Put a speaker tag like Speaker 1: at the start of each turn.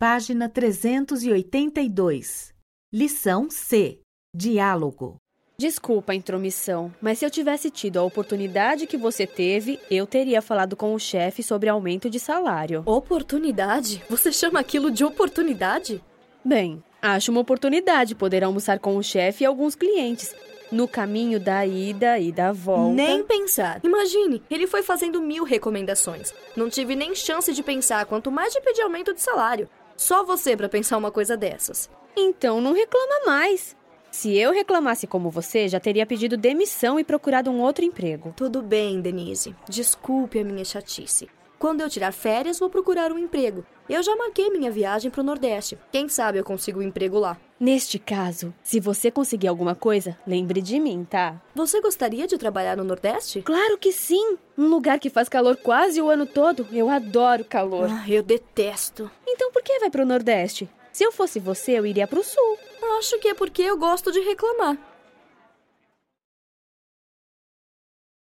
Speaker 1: Página 382. Lição C. Diálogo.
Speaker 2: Desculpa a intromissão, mas se eu tivesse tido a oportunidade que você teve, eu teria falado com o chefe sobre aumento de salário.
Speaker 3: Oportunidade? Você chama aquilo de oportunidade?
Speaker 2: Bem, acho uma oportunidade poder almoçar com o chefe e alguns clientes. No caminho da ida e da volta.
Speaker 3: Nem pensar. Imagine, ele foi fazendo mil recomendações. Não tive nem chance de pensar, quanto mais de pedir aumento de salário. Só você pra pensar uma coisa dessas.
Speaker 2: Então não reclama mais. Se eu reclamasse como você, já teria pedido demissão e procurado um outro emprego.
Speaker 3: Tudo bem, Denise. Desculpe a minha chatice. Quando eu tirar férias, vou procurar um emprego. Eu já marquei minha viagem pro Nordeste. Quem sabe eu consigo um emprego lá.
Speaker 2: Neste caso, se você conseguir alguma coisa, lembre de mim, tá?
Speaker 3: Você gostaria de trabalhar no Nordeste?
Speaker 2: Claro que sim! Um lugar que faz calor quase o ano todo. Eu adoro calor.
Speaker 3: Ah, eu detesto.
Speaker 2: Então por que vai pro Nordeste? Se eu fosse você, eu iria pro Sul.
Speaker 3: Acho que é porque eu gosto de reclamar.